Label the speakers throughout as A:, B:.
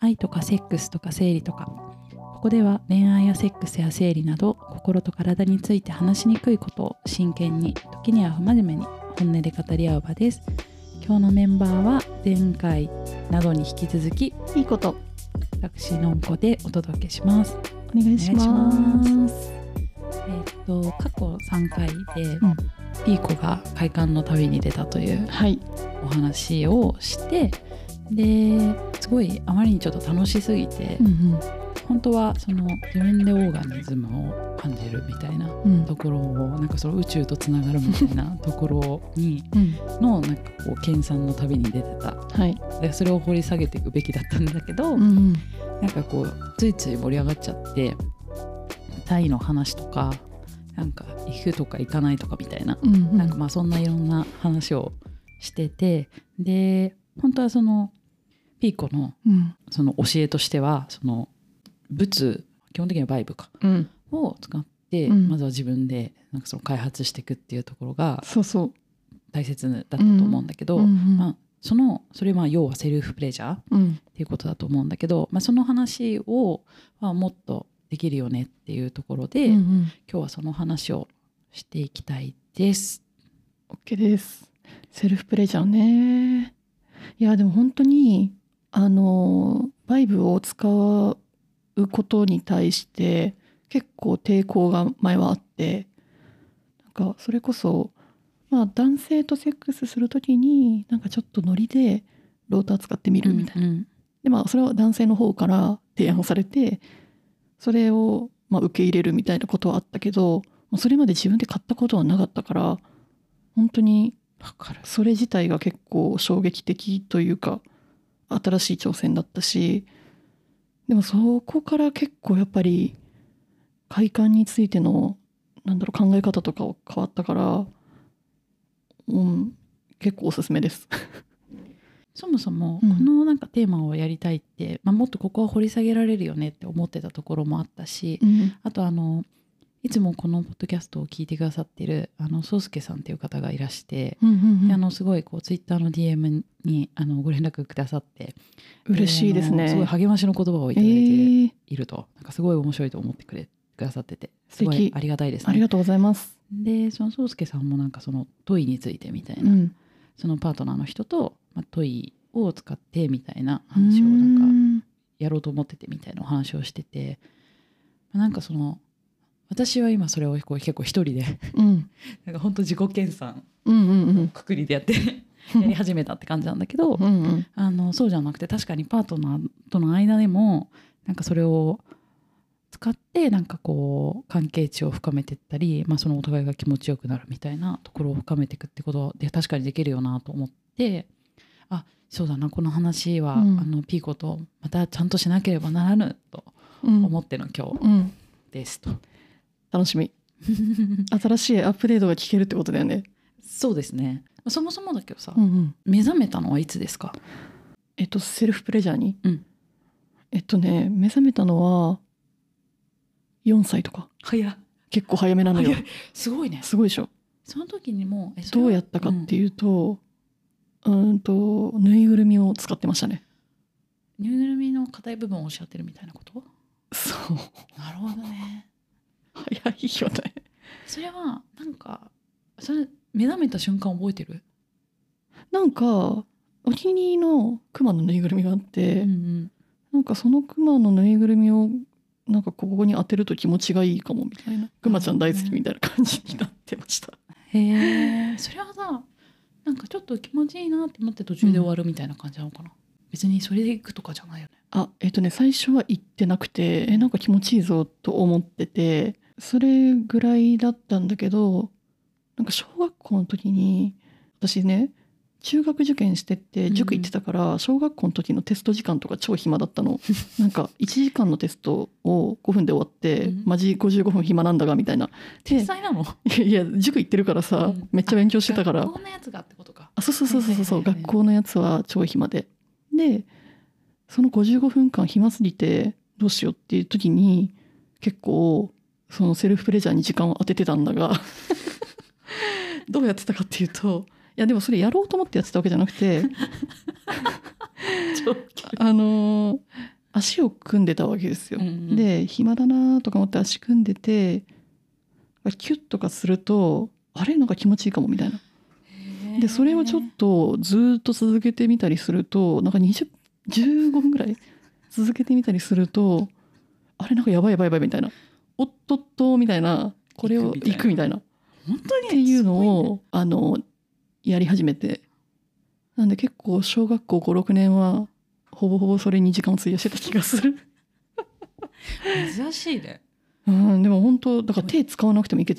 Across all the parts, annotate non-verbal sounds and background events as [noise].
A: 愛とかセックスとか生理とかここでは恋愛やセックスや生理など心と体について話しにくいことを真剣に時には不真面目に本音で語り合う場です今日のメンバーは前回などに引き続き
B: いいこと
A: 私のんこでお届けします
B: お願いします
A: お願いしますえーっと過去3回で、
B: ん
A: ピーコが会館の旅に出たという
B: はい
A: お話をしてですごいあまりにちょっと楽しすぎて、
B: ん
A: 本当はその自分でオーガニズムを感じるみたいな
B: うんうん
A: ところをなんかその宇宙とつながるみたいなところに
B: うん
A: のなんかこう研鑽の旅に出てた
B: はい
A: でそれを掘り下げていくべきだったんだけ
B: [laughs]
A: ど、
B: ん
A: なんかこうついつい盛り上がっちゃってタイの話とかなんか行くとか行かないとかみたいな
B: うん
A: なんかまあそんないろんな話をしててで本当はそのピーコの
B: うん
A: その教えとしてはその仏基本的にはバイブか
B: うん
A: を使って、
B: うん
A: まずは自分でなんかその開発していくっていうところが
B: そうそう
A: 大切だったと思うんだけど、
B: うん
A: まあ、そのそれは要はセルフプレジャーっ
B: うん
A: ていうことだと思うんだけど、まあ、その話を、まあ、もっとできるよねっていうところで、
B: うんうん
A: 今日はその話をしていきたいです。
B: OK ですセルフプレジャーねいやでも本当にあのバイブを使うことに対して結構抵抗が前はあってなんかそれこそまあ男性とセックスするときになんかちょっとノリでローター使ってみるみたいな、
A: うん
B: でまあそれは男性の方から提案をされてそれをまあ受け入れるみたいなことはあったけどもうそれまで自分で買ったことはなかったから本当に
A: わかる
B: それ自体が結構衝撃的というか新しい挑戦だったしでもそこから結構やっぱり快感についてのなんだろう考え方とかを変わったから、うん、結構おすすめです。
A: そもそもこ
B: うん
A: のなんかテーマをやりたいって、まあ、もっとここは掘り下げられるよねって思ってたところもあったし、
B: うん
A: あとあのいつもこのポッドキャストを聞いてくださってるあの宗介さんっていう方がいらして、
B: うんうん
A: であのすごいこうツイッターの DM にあのご連絡くださって
B: 嬉しいです
A: あ
B: ね。
A: のすごい励ましの言葉をいただいて
B: えー
A: いると、なんかすごい面白いと思ってくれくださっててす
B: 素
A: ご
B: 敵
A: いありがたいです
B: あり
A: ね。
B: がとうございます。
A: でその宗介さんもなんかそのトイについてみたいうな、
B: ん、
A: そのパートナーの人と、まあ、トイを使ってみたいな話をなんか
B: ん
A: やろうと思っててみたいなお話をしててなんかその私は今それをこう結構一人で
B: うん、
A: なんか本当自己研鑽
B: うん、うん、
A: くくりでやって
B: う
A: やり
B: ん、
A: 始めたって感じなんだけど
B: うん、うん、
A: あのそうじゃなくて確かにパートナーとの間でもなんかそれを使ってなんかこう関係値を深めていったり、まあ、そのお互いが気持ちよくなるみたいなところを深めていくってことで確かにできるよなと思ってあそうだなこの話は、
B: うん
A: あのピーコとまたちゃんとしなければならぬと
B: うん、
A: 思っての今日
B: うん、
A: ですと。
B: 楽しみ。新しいアップデートが聞けるってことだよね。
A: [laughs] そうですね。そもそもだけどさ、
B: うん、うん、
A: 目覚めたのはいつですか？
B: えっと、セルフプレジャーに。
A: うん
B: えっとね、目覚めたのは。4歳とか、
A: 早っ
B: 結構早めなのよ
A: 早。いすごいね。
B: すごいでしょ
A: その時にもうえそれ
B: ど
A: は
B: うやったかっていうと。うん、と、ぬいぐるみを使ってましたね。
A: うんぬいぐるみの硬い部分をおっしゃってるみたいなこと？
B: そう、
A: なるほどね。
B: 早いよね。
A: それはなんかそれ目覚めた瞬間覚えてる？
B: なんか、お気に入りの熊のぬいぐるみがあって。
A: ん
B: なんかそのクマのぬいぐるみをなんかここに当てると気持ちがいいかもみたいなクマちゃん大好きみたいな感じになってました。
A: うん。へえ。それはさ、なんかちょっと気持ちいいなって思って途中で終わるみたいな感じなのかな？別にそれで行くとかじゃないよね。
B: あえっ、とね最初は行ってなくてえなんか気持ちいいぞと思っててそれぐらいだったんだけどなんか小学校の時に私ね中学受験してって
A: うん
B: 塾行ってたから小学校の時のテスト時間とか超暇
A: [laughs]
B: だったのなんか1時間のテストを5分で終わって、
A: うん
B: マジ55分暇なんだがみたいなで
A: 天才なの？
B: いやいや塾行ってるからさ、
A: うん
B: めっちゃ勉強してたから
A: 学校のやつがってことか。
B: あそうそうそうそうそう、
A: はいはいはいはい
B: 学校のやつは超暇ででその55分間暇すぎてどうしようっていう時に結構そのセルフプレジャーに時間を当ててたんだが [laughs] どうやってたかっていうといやでもそれや
A: [laughs]
B: ろうと思ってやってたわけじゃなくて
A: ちょっと
B: あのー足を組んでたわけですよ。で暇だなとか思って足組んでてキュッとかするとあれなんか気持ちいいかもみたいな。でそれをちょっとずっと続けてみたりするとなんか20 15分ぐらい続けてみたりするとあれなんかやばいやばいやばいみたいなおっとっとみたいなこれを
A: 行くみたいな
B: 行く
A: 本
B: みたいなっ
A: 当に
B: ていうの
A: すごいね
B: をあのやり始めてなんで結構小学校56年はほぼほぼそれに時間を費やしてた気がす
A: [laughs]
B: る。
A: 珍しいね。
B: うん、でも本当だから手使わなくてもいけ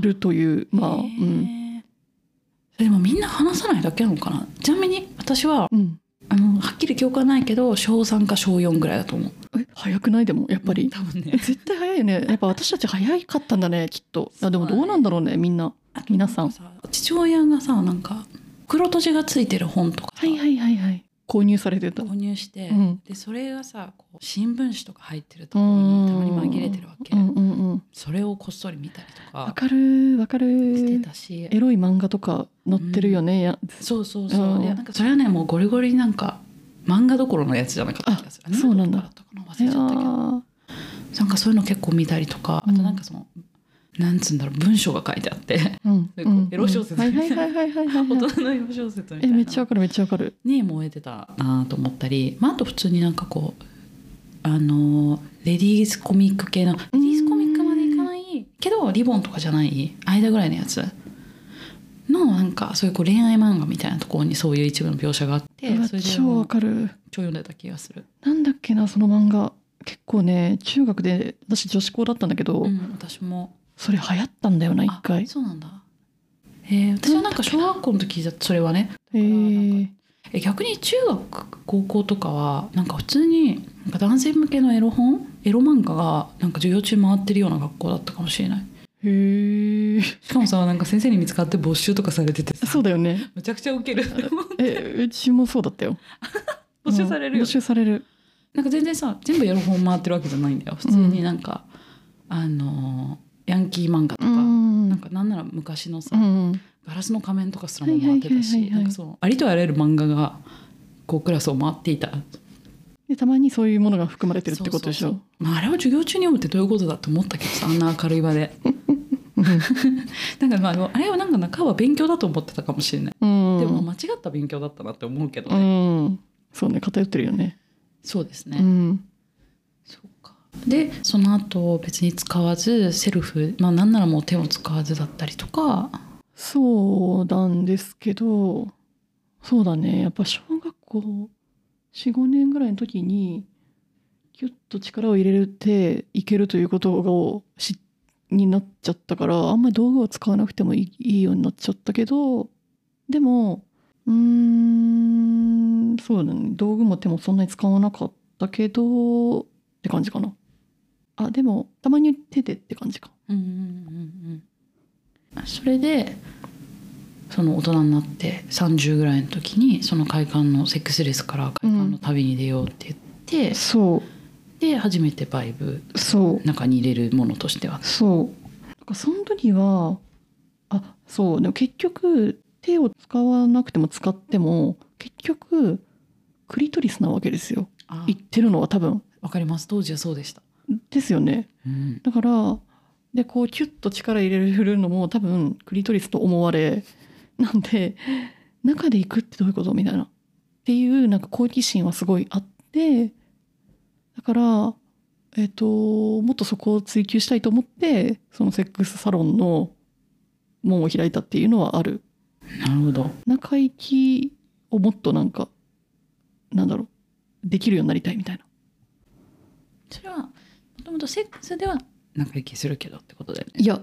B: るというまあ、う
A: へ
B: ん
A: ーでもみんな話さないだけなのかなちなみに私は
B: うん、
A: あのはっきり記憶はないけど小3か小4ぐらいだと思うやっ
B: え早くないでもやっぱり
A: 多分ね
B: [laughs] 絶対早いよねやっぱ私たち早かったんだねきっと
A: そうだ
B: あ
A: ね
B: でもどうなんだろうねみんな皆さん
A: 父親がさなんか袋閉じがついてる本とかさ
B: はいはいはいはい購入されてた
A: 購入して、
B: うん
A: でそれがさこう新聞紙とか入ってるところにたまに紛れてるわけ、
B: うんうんうん
A: それをこっそり見たりと
B: わ
A: か
B: かるわか
A: して
B: る
A: たし
B: エロい漫画とか載ってるよね、いや
A: そうそうそう、
B: うん
A: いやなんかそれはねもうゴリゴリなんか漫画どころのやつじゃなかった気がする
B: あそうなんだ
A: 何ったかな忘れちゃったけど
B: いやー
A: なんかそういうの結構見たりとかあとなんかその、なんつうんだろう文章が書いてあって [laughs]
B: うん
A: で
B: う
A: こうんエロ小説
B: はいはいはいはいはいはい
A: 大 [laughs] 人の洋小説みた
B: え
A: いな
B: めっちゃわかるめっちゃわかる
A: に燃えてたなと思ったり、まあ、あと普通になんかこうあのーレディースコミック系のレディースコミックまでいかないけどリボンとかじゃない間ぐらいのやつのなんかそういうこう恋愛漫画みたいなところにそういう一部の描写があって
B: うわ
A: それで
B: 超
A: 超
B: わかる
A: 読んでた気がする、
B: なんだっけなその漫画結構ね中学で私女子校だったんだけど、
A: うん、私も
B: それ流行ったんだよな一
A: あ
B: 回
A: そうなんだえー私はなんか小学校の時だそれはね
B: へえ
A: なんえ逆に中学高校とかはなんか普通になんか男性向けのエロ本エロ漫画がなんか授業中回ってるような学校だったかもしれない
B: へ
A: [laughs]
B: え
A: しかもさなんか先生に見つかって没収とかされててさ
B: そうだよね
A: むちゃくちゃウケる [laughs]
B: えうちもそうだったよ
A: 没収される
B: うん
A: よ、
B: 募集される
A: なんか全然さ全部エロ本回ってるわけじゃないんだよ普通になんか、あのーヤンキー漫画とか、
B: ん
A: なんかなんなら昔のさ、
B: うん
A: ガラスの仮面とかすらも回ってた
B: はいは
A: し
B: いはいはいはい
A: なんかそうありとあらゆる漫画がこうクラスを回っていた
B: でたまにそういうものが含まれてるってことでし
A: そう
B: ょ
A: そうそうまあ、あれを授業中に読むってどういうことだって思ったけどさあんな明るい場
B: [laughs]
A: でなんかまあでもあれはなんか中は勉強だと思ってたかもしれない、
B: うん
A: でも間違った勉強だったなって思うけど
B: う
A: ね、
B: んそうね偏ってるよね
A: そうですね、
B: うん
A: そうかでその後別に使わずセルフまあなんならもう手を使わずだったりとか
B: そうなんですけどそうだねやっぱ小学校45年ぐらいの時にギュッと力を入れていけるということをしになっちゃったからあんまり道具を使わなくてもいいいいようになっちゃったけどでもうーんそうだね道具も手もそんなに使わなかったけどって感じかな。あでもたまに手でって感じか。
A: うんうんうんうんそれでその大人になって30ぐらいの時にその会館のセックスレスから会館の旅に出ようって言って、
B: そ
A: で初めてバイブ
B: うそう
A: 中に入れるものとしては
B: そうなんかその時はあそうでも結局手を使わなくても使っても結局クリトリスなわけですよ
A: あ
B: 言ってるのは多分
A: わかります当時はそうでした、
B: ですよね
A: うん、
B: だからでこうキュッと力入れる振るのも多分クリトリスと思われなんで中で行くってどういうことみたいなっていうなんか好奇心はすごいあってだからえっ、ともっとそこを追求したいと思ってそのセックスサロンの門を開いたっていうのはある
A: なるほど
B: 中行きをもっとなんかなんだろうできるようになりたいみたいな
A: それはもともとセックスでは仲良きするけどってことだよね
B: いや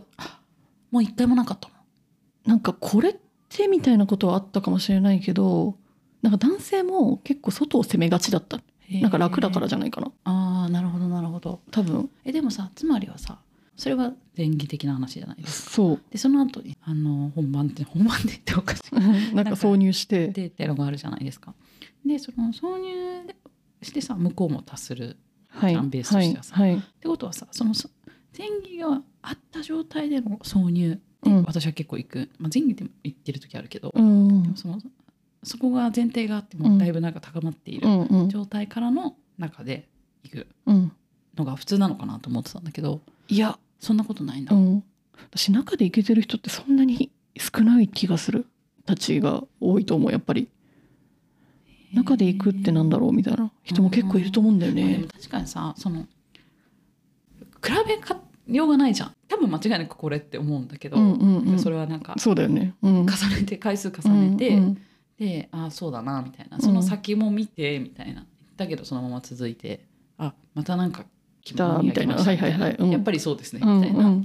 A: もう一回もなかったの
B: なんかこれってみたいなことはあったかもしれないけどなんか男性も結構外を攻めがちだったなんか楽だからじゃ
A: ゃ
B: ないかな
A: ああなるほどなるほど
B: 多分
A: えでもさつまりはさそれは前儀的な話じゃないですか
B: そう
A: でその後にあの本番って [laughs] 本番って言っておかしい [laughs]
B: なんか挿入して
A: でってのがあるじゃないですかでその挿入してさ向こうも達する
B: はい
A: ダンベースとしてはさ
B: はいはい
A: ってことはさそのそ前儀があった状態での挿入
B: う
A: で
B: ん
A: 私は結構行く、まあ、前儀でも行ってる時あるけど、
B: うんうん
A: でもそのそこが前提があってもうだいぶなんか高まっている
B: うん
A: 状態からの中でいく
B: うん、
A: のが普通なのかなと思ってたんだけど
B: いや、
A: そんなことないんだ、
B: うん、私中でいけてる人ってそんなに少ない気がするたちが多いと思うやっぱり中で行くってなんだろうみたいな人も結構いると思うんだよ
A: まあで
B: ね
A: も。確かにさその比べかようがないじゃん多分間違いなくこれって思うんだけど、
B: うんうんうん、
A: それはなんか
B: そうだよね。うん、
A: 重ねて回数重ねて、
B: うんうん
A: でああそうだなみたいな
B: うん
A: その先も見てみたいな、だけどそのまま続いてあまたなんか来
B: たみたいなはいはいはいうん
A: やっぱりそうですね、
B: うん
A: みたいな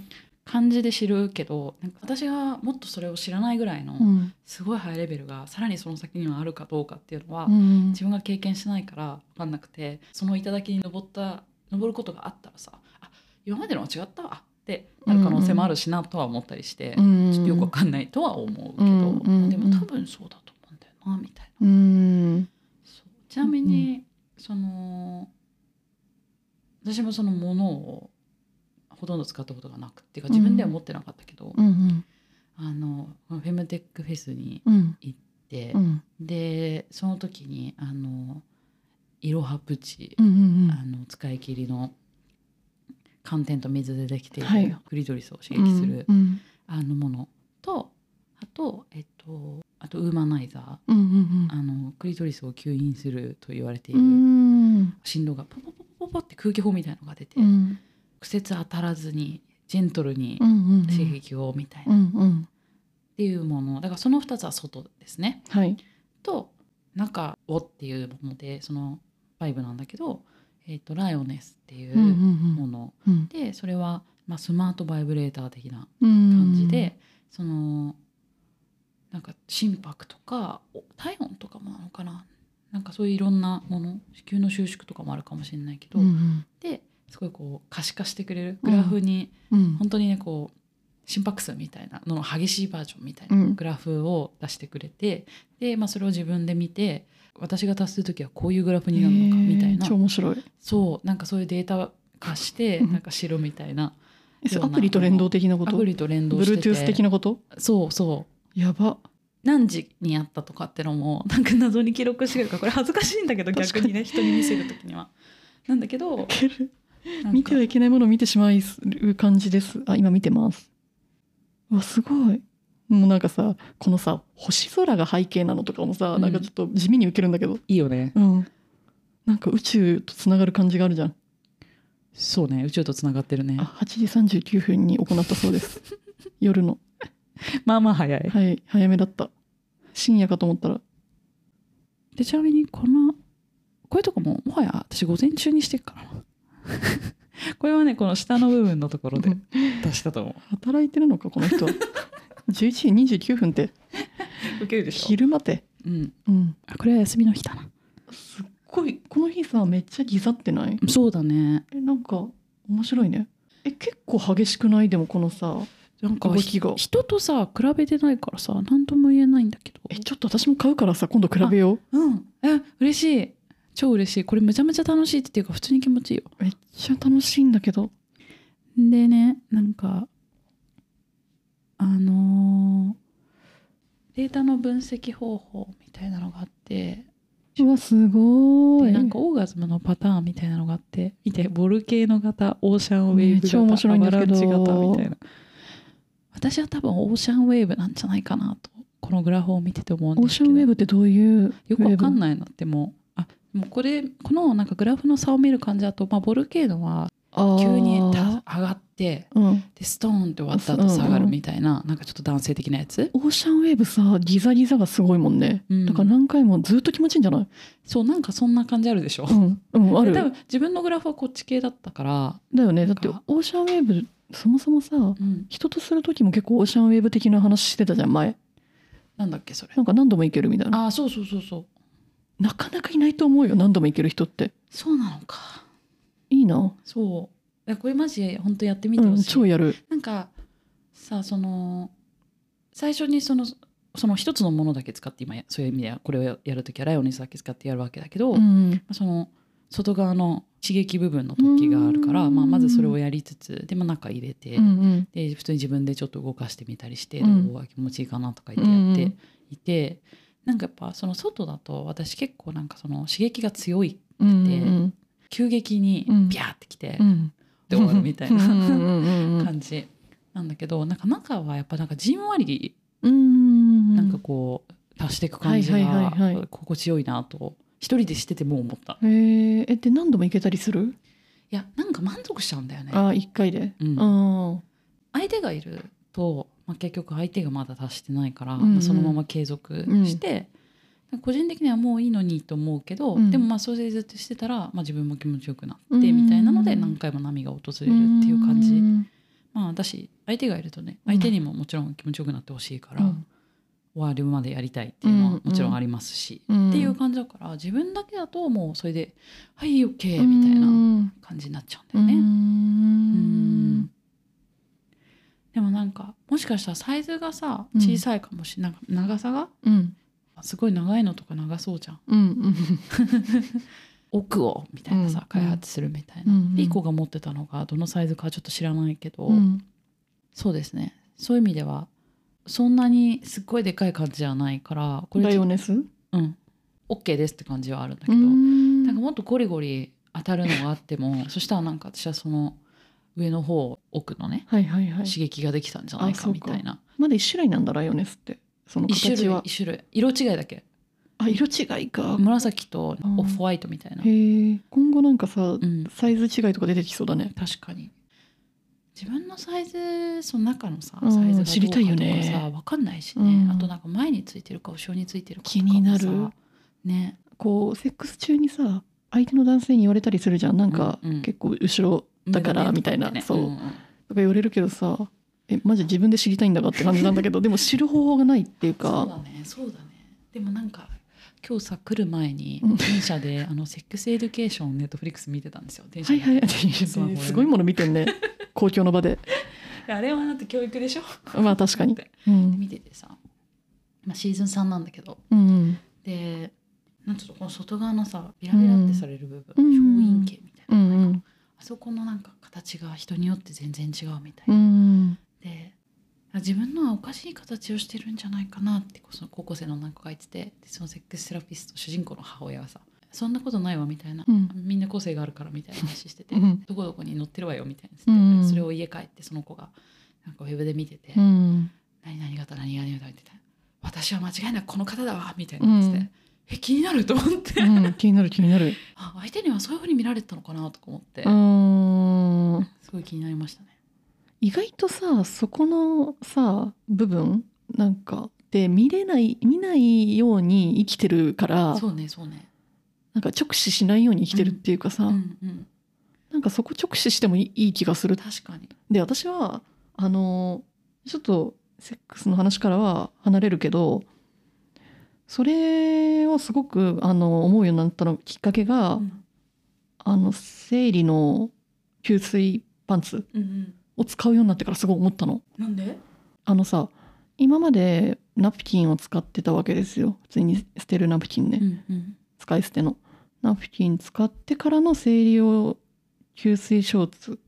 A: 感じで知るけどなんか私がもっとそれを知らないぐらいの
B: うん
A: すごいハイレベルがさらにその先にはあるかどうかっていうのは、
B: うん
A: 自分が経験してないから分かんなくてその頂に登った登ることがあったらさあ今までのは違ったわってなる可能性もあるしなとは思ったりして、ちょっとよくわかんないとは思うけど、
B: うんうんうん
A: でも多分そうだと思うんだよなみたいな。
B: うん
A: そうちなみに、その私もそのものをほとんど使ったことがなくっていうか自分では持ってなかったけど、
B: うんうん
A: あのフェムテックフェスに
B: うん
A: 行って
B: う、ん
A: でその時にあのいろはプチ、
B: うんうん
A: あの使い切りの寒天と水でできてい
B: はい
A: るクリトリスを刺激する、
B: うん
A: あのものとあとえっとあとウーマナイザー
B: うんうん
A: あのクリトリスを吸引すると言われてい
B: うんう
A: る
B: ん
A: 振動がポポポポポポって空気砲みたいのが出て、
B: うんうん
A: 苦節当たらずにジェントルに
B: うん
A: 刺激をみたいな
B: う
A: っ
B: んうん
A: ていうものだからその2つは外ですね
B: はい
A: と中をっていうものでそのバイブなんだけど、えっとライオネスっていう
B: うんう
A: も
B: ん
A: の、
B: うん
A: でそれは、まあ、スマートバイブレーター的な
B: う
A: 感
B: ん
A: じで、そのなんか心拍とかお体温とかもなのかななんかそういういろんなもの子宮の収縮とかもあるかもしれないけど、
B: うんうん
A: ですごいこう可視化してくれるグラフに、
B: うん
A: 本当にねこう心拍数みたいなのの激しいバージョンみたいうなんグラフを出してくれて、で、まあ、それを自分で見て私が達する時はこういうグラフになるのかみたい
B: へー
A: な
B: 超面白い
A: そうなんかそういうデータ化して
B: うん
A: なんか知るみたいな
B: えそれ
A: よう
B: ア
A: な
B: プリと連動的なこ
A: ア
B: と
A: プリと連動してて
B: Bluetooth 的なこと
A: そうそう
B: やば
A: 何時にやったとかってのもなんか謎に記録してるからこれ恥ずかしいんだけど
B: 確か
A: 逆
B: に
A: にね人に見せる時には。なんだけどなんか
B: 見てはいけないものを見てしまう感じですあ今見てますうわすごいもうなんかさこのさ星空が背景なのとかもさ、
A: うん
B: なんかちょっと地味に受けるんだけど
A: いいよね
B: うんなんか宇宙とつながる感じがあるじゃん
A: そうね宇宙とつながってるね
B: あ8時39分に行ったそうです
A: [laughs]
B: 夜の
A: まあまあ早い
B: はい早めだった深夜かと思ったら
A: でちなみにこのこれとかももはや私午前中にしてるからな [laughs] これはねこの下の部分のところで
B: うん
A: 出したと思
B: 働いてるのかこの人
A: [laughs]
B: 11時29分って
A: う受けるでしょ、
B: 昼間って
A: うん、
B: うん
A: あこれは休みの日だな
B: すっごいこの日さめっちゃギザってない
A: そうだね
B: えなんか面白いねえ結構激しくないでもこのさ
A: なんか
B: 動きが
A: 人とさ比べてないからさ何とも言えないんだけど
B: えちょっと私も買うからさ今度比べよ
A: うんえ嬉しい超嬉しいこれめちゃめちゃ楽しいっていうか普通に気持ちいいよ
B: うめっちゃ楽しいんだけど
A: でねなんかあのーデータの分析方法みたいなのがあって
B: うわすご
A: で
B: い
A: なんかオーガズムのパターンみたいなのがあって見てボルケーノ型オーシャンウェーブ
B: めっちゃ面
A: 型
B: 白
A: ア
B: いんで
A: バ
B: す
A: ラ
B: け
A: ン
B: ど
A: チ型みたいな私は多分オーシャンウェーブなんじゃないかなとこのグラフを見てて思うん
B: オー
A: です
B: シ
A: け
B: ャ
A: ど
B: ンウェーブってどういう
A: よくわかん
B: い
A: ないなってもうあもうこれこのなんかグラフの差を見る感じだと、まあ、ボルケーノは急にた上がって
B: うん
A: でストーンって終わった後下がるみたいな、なんかちょっと男性的なやつ
B: オーシャンウェーブさギザギザがすごいもんね、
A: うん
B: だから何回もずっと気持ちいいんじゃない
A: そうなんかそんな感じあるでしょ
B: うん、うん、あ
A: で
B: る
A: 多分自分のグラフはこっち系だったから、
B: だよねだって
A: なんか
B: オーシャンウェーブそもそもさ
A: うん、
B: 人とする時も結構オーシャンウェーブ的な話してたじゃん前
A: なんだっけそれ
B: なんか何度も行けるみたいな
A: あそうそうそうそう
B: なかなかいないと思うよ何度も行ける人って
A: そうなのか
B: いいな、
A: そういやこれマジ本当やってみ
B: う
A: てほ
B: ん、
A: しい、
B: 超やる
A: なんかさその最初にそのその一つのものだけ使って今やそういう意味ではこれをやるときはライオネスだけ使ってやるわけだけど、
B: うん
A: その外側の刺激部分の突起があるから、
B: うん
A: まあ、まずそれをやりつつでも中入れて、
B: うん
A: で普通に自分でちょっと動かしてみたりして、
B: うん
A: どうが気持ちいいかなとか言ってや
B: う
A: って
B: ん
A: いて、なんかやっぱその外だと私結構なんかその刺激が強い
B: うんうん
A: で
B: うん
A: 急激に
B: うん
A: ビャーってきて、
B: うん
A: で終わるみたいな
B: うんうんうんうん
A: 感じなんだけどなんか中はやっぱなんかじんわり
B: うん
A: なんかこう足していく感じ
B: はいはいはいは
A: が心地よいなと一人でしてても思った
B: へーえで何度も行けたりする
A: いやなんか満足しちゃうんだよね、
B: あー一回で
A: うん
B: あ
A: 相手がいると、まあ、結局相手がまだ達してないから、
B: うんうん
A: まあそのまま継続して、なんか個人的にはもういいのにと思うけど、
B: うん
A: でもまあそれでずっとしてたら、まあ、自分も気持ちよくな
B: う
A: っ
B: んう
A: て
B: んうん
A: みたいなので何回も波が訪れるっていう感じ、まあ私相手がいるとね相手にももちろん気持ちよくなってほしいから、終わるまでやりたいっていうのはもちろんありますし、っていう感じだから自分だけだともうそれで「はい OK」みたいな
B: な
A: 感じになっちゃうんだよね。うんでもなんかもしかしたらサイズがさ
B: うん
A: 小さいかもしれない、なんか長さが
B: うん
A: すごい長いのとか長そうじゃん
B: うん
A: 奥をみたいなさ、
B: うん
A: 開発するみたい
B: うん
A: な
B: うん
A: リコが持ってたのがどのサイズかちょっと知らないけど、
B: うん
A: そうですねそういう意味ではそんなにすっごいでかい感じじゃないからこ
B: バ
A: れ
B: イオネス
A: うん、OK ですって感じはあるんだけ
B: う
A: ど、
B: ん
A: なんかもっとゴリゴリ当たるのがあっても [laughs] そしたらなんか私はその上の方奥のね
B: はいはいはい
A: 刺激ができたんじゃない
B: あ
A: か
B: そう
A: み
B: か
A: たいな
B: まだ一種類なんだライオネスってその
A: 一種
B: 形
A: 類
B: は
A: 一種類色違いだけ
B: あ色違いか
A: 紫と
B: うん
A: オフホワイトみたいな、
B: へえ今後なんかさ
A: うん、
B: サイズ違いとか出てきそうだね
A: 確かに自分のサイズその中のさ
B: うん
A: サイズがどうかとかさ
B: 知りたいよね
A: 分かんないしね、
B: うん
A: あとなんか前についてるか後ろについてるかとか
B: 気になる
A: もさね
B: こうセックス中にさ相手の男性に言われたりするじゃんなんか
A: うんうん
B: 結構後ろだからみたいな
A: 胸と
B: そ
A: か
B: う
A: ねんん
B: とか言われるけどさえマジ自分で知りたいんだかって感じなんだけど [laughs] でも知る方法がないっていう
A: そう
B: か
A: だねそうだねでもなんか今日さ来る前に
B: うん
A: 電車で [laughs] あのセックスエデュケーションをネットフリックス見てたんですよ電車
B: はい
A: で
B: はい
A: スマホでね
B: すごいもの見てん [laughs] ね公共の場で
A: あれはだって教育でしょ
B: まあ確かに
A: で
B: うん
A: 見ててさ、まあ、シーズン3なんだけど
B: うん
A: でなんちょっとこの外側のさビラビラってされる部分、
B: うん
A: 表陰茎みたい
B: うんう
A: な、
B: ん
A: あそこのなんか形が人によって全然違うみたい
B: うんう
A: な、
B: ん
A: であ自分のはおかしい形をしてるんじゃないかなってこうその高校生の女の子が言っててでそのセックスセラピスト主人公の母親はさそんなことないわみたいな、
B: うん
A: みんな個性があるからみたいな話してて、
B: うん
A: どこどこに載ってるわよみたいな、
B: うん
A: それを家帰ってその子がなんかウェブで見てて、
B: うん
A: 何々型何々型みたいな私は間違いなくこの方だわみたいなやつで、
B: うん
A: え気になると思って、
B: うん [laughs] 気になる気になる
A: あ相手にはそういうふうに見られてたのかなとか思って、
B: うん
A: すごい気になりましたね。
B: 意外とさそこのさ部分なんかで見れない見ないように生きてるから
A: そうねそうね。
B: なんか直視しないように生きてるっていうかさ、
A: うんうん
B: なんかそこ直視してもいいいい気がする
A: 確かに。
B: で私はあのちょっとセックスの話からは離れるけどそれをすごくあの思うようになったのきっかけが、
A: うん
B: あの生理の吸水パンツ
A: うんうん。
B: を使うようになってからすごい思ったの。
A: なんで？
B: あのさ今までナプキンを使ってたわけですよ普通に捨てるナプキンね、
A: うんうん。
B: 使い捨てのナプキン使ってからの生理用吸水ショーツ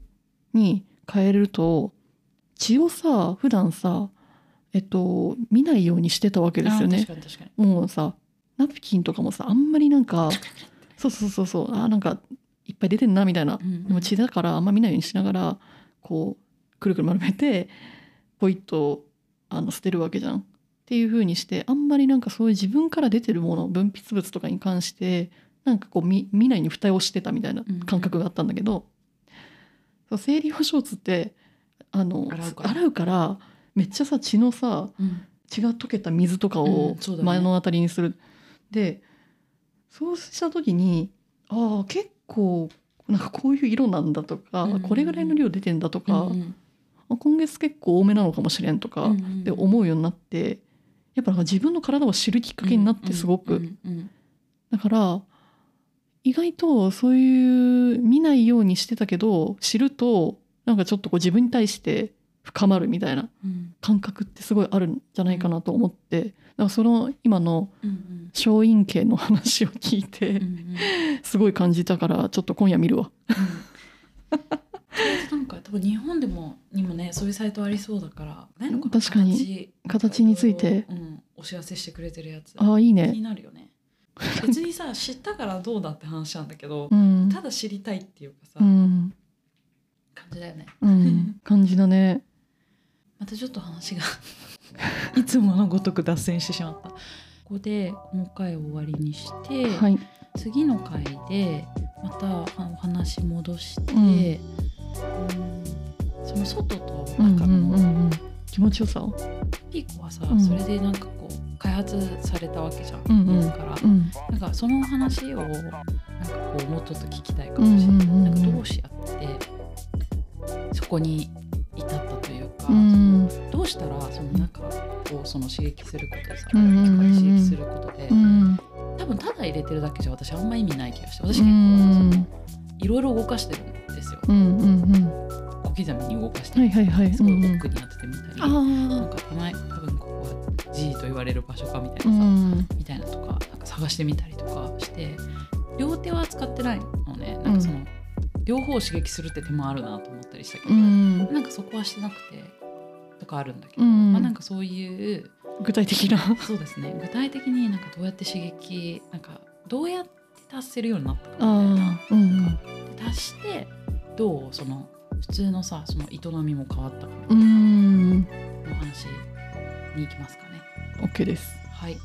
B: に変えると血をさ普段さえっと見ないようにしてたわけですよ
A: あ
B: ね
A: ー確かに確かに。
B: もうさナプキンとかもさあんまりなんかそうそうそうそうあーなんかいっぱい出てんなみたいな
A: うんうん
B: でも血だからあんま見ないようにしながらこうくるくる丸めてポイッとあの捨てるわけじゃんっていう風にしてあんまりなんかそういう自分から出てるもの分泌物とかに関してなんかこうみ未来に蓋をしてたみたいな
A: うん
B: 感覚があったんだけど、そう生理用ショーツってあの
A: 洗うから
B: からめっちゃさ血のさ
A: うん
B: 血が溶けた水とか
A: う
B: を
A: んそうだね
B: 目の当たりにする、でそうした時にああ結構なんかこういう色なんだとか、
A: うん
B: これぐらいの量出てんだとか、
A: うんうん
B: あ今月結構多めなのかもしれんとか、
A: うん
B: っ
A: うん
B: て思うようになってやっぱなんか自分の体を知るきっかけになってすごく、
A: うんうん
B: だから意外とそういう見ないようにしてたけど知るとなんかちょっとこう自分に対して深まるみたいな
A: うん
B: 感覚ってすごいあるんじゃないかなと思って、だからその今の
A: うんうん
B: 小陰茎の話を聞い
A: うん
B: て
A: うんうん
B: すごい感じたからちょっと今夜見るわ。
A: なんか多分日本でもにもねそういうサイトありそうだからないのかな
B: 確かに
A: 形
B: 形について
A: うん、お知らせしてくれてるやつ
B: ああいい
A: 気に
B: ね
A: なるよね別にさ知ったからどうだって話なんだけど
B: う、ん
A: ただ知りたいっていうかさ、
B: うん
A: 感じだよね
B: うん、感じだね
A: またちょっと話がいつものごとく脱線してしまったここでこの回を終わりにして、
B: はい
A: 次の回でまたあお話戻して、
B: うん
A: うんその外と中
B: うんうん
A: の
B: うんうん気持ちよさを
A: ピーコはさ、
B: うん
A: それでなんかこう開発されたわけじゃん、
B: うんうん
A: だから
B: うん
A: なんかその話をなんかこうもうちょっと聞きたいか
B: うんう
A: もしれ
B: ん
A: ない、
B: うん
A: なんかどうしやってそこに至ったというか、
B: うん
A: どうしたらその中をその刺激することでさ、
B: うんうんうんうん
A: 機械刺激することで、
B: うん
A: 多分ただ入れてるだけじゃ私あんま意味ない気がして
B: う
A: 私結構その
B: ん
A: いろいろ動かしてるんですよ
B: うんうん
A: 小刻みに動かして、
B: はいはいはい
A: すごい
B: うんうん
A: 奥になっててみたり、なん
B: あ
A: か手前多分ここは G と言われる場所かみた
B: あう
A: いなさ、
B: ん
A: みたいなとかなんか探してみたりとかして両手は使ってないのねなんかその、両方を刺激するって手もあるなと思ったりしたけ
B: う
A: ど、
B: ん
A: なんかそこはしてなくてとかあるんだけど、
B: うん
A: まあ、なんかそういう
B: 具体的な
A: そうですね具体的になんかどうやって刺激なんかどうやって達せるようになったかみたいな
B: ああうん
A: 足してどうその普通のさその営みも変わったか
B: うんうん
A: の話に行きますかね
B: OK です
A: はい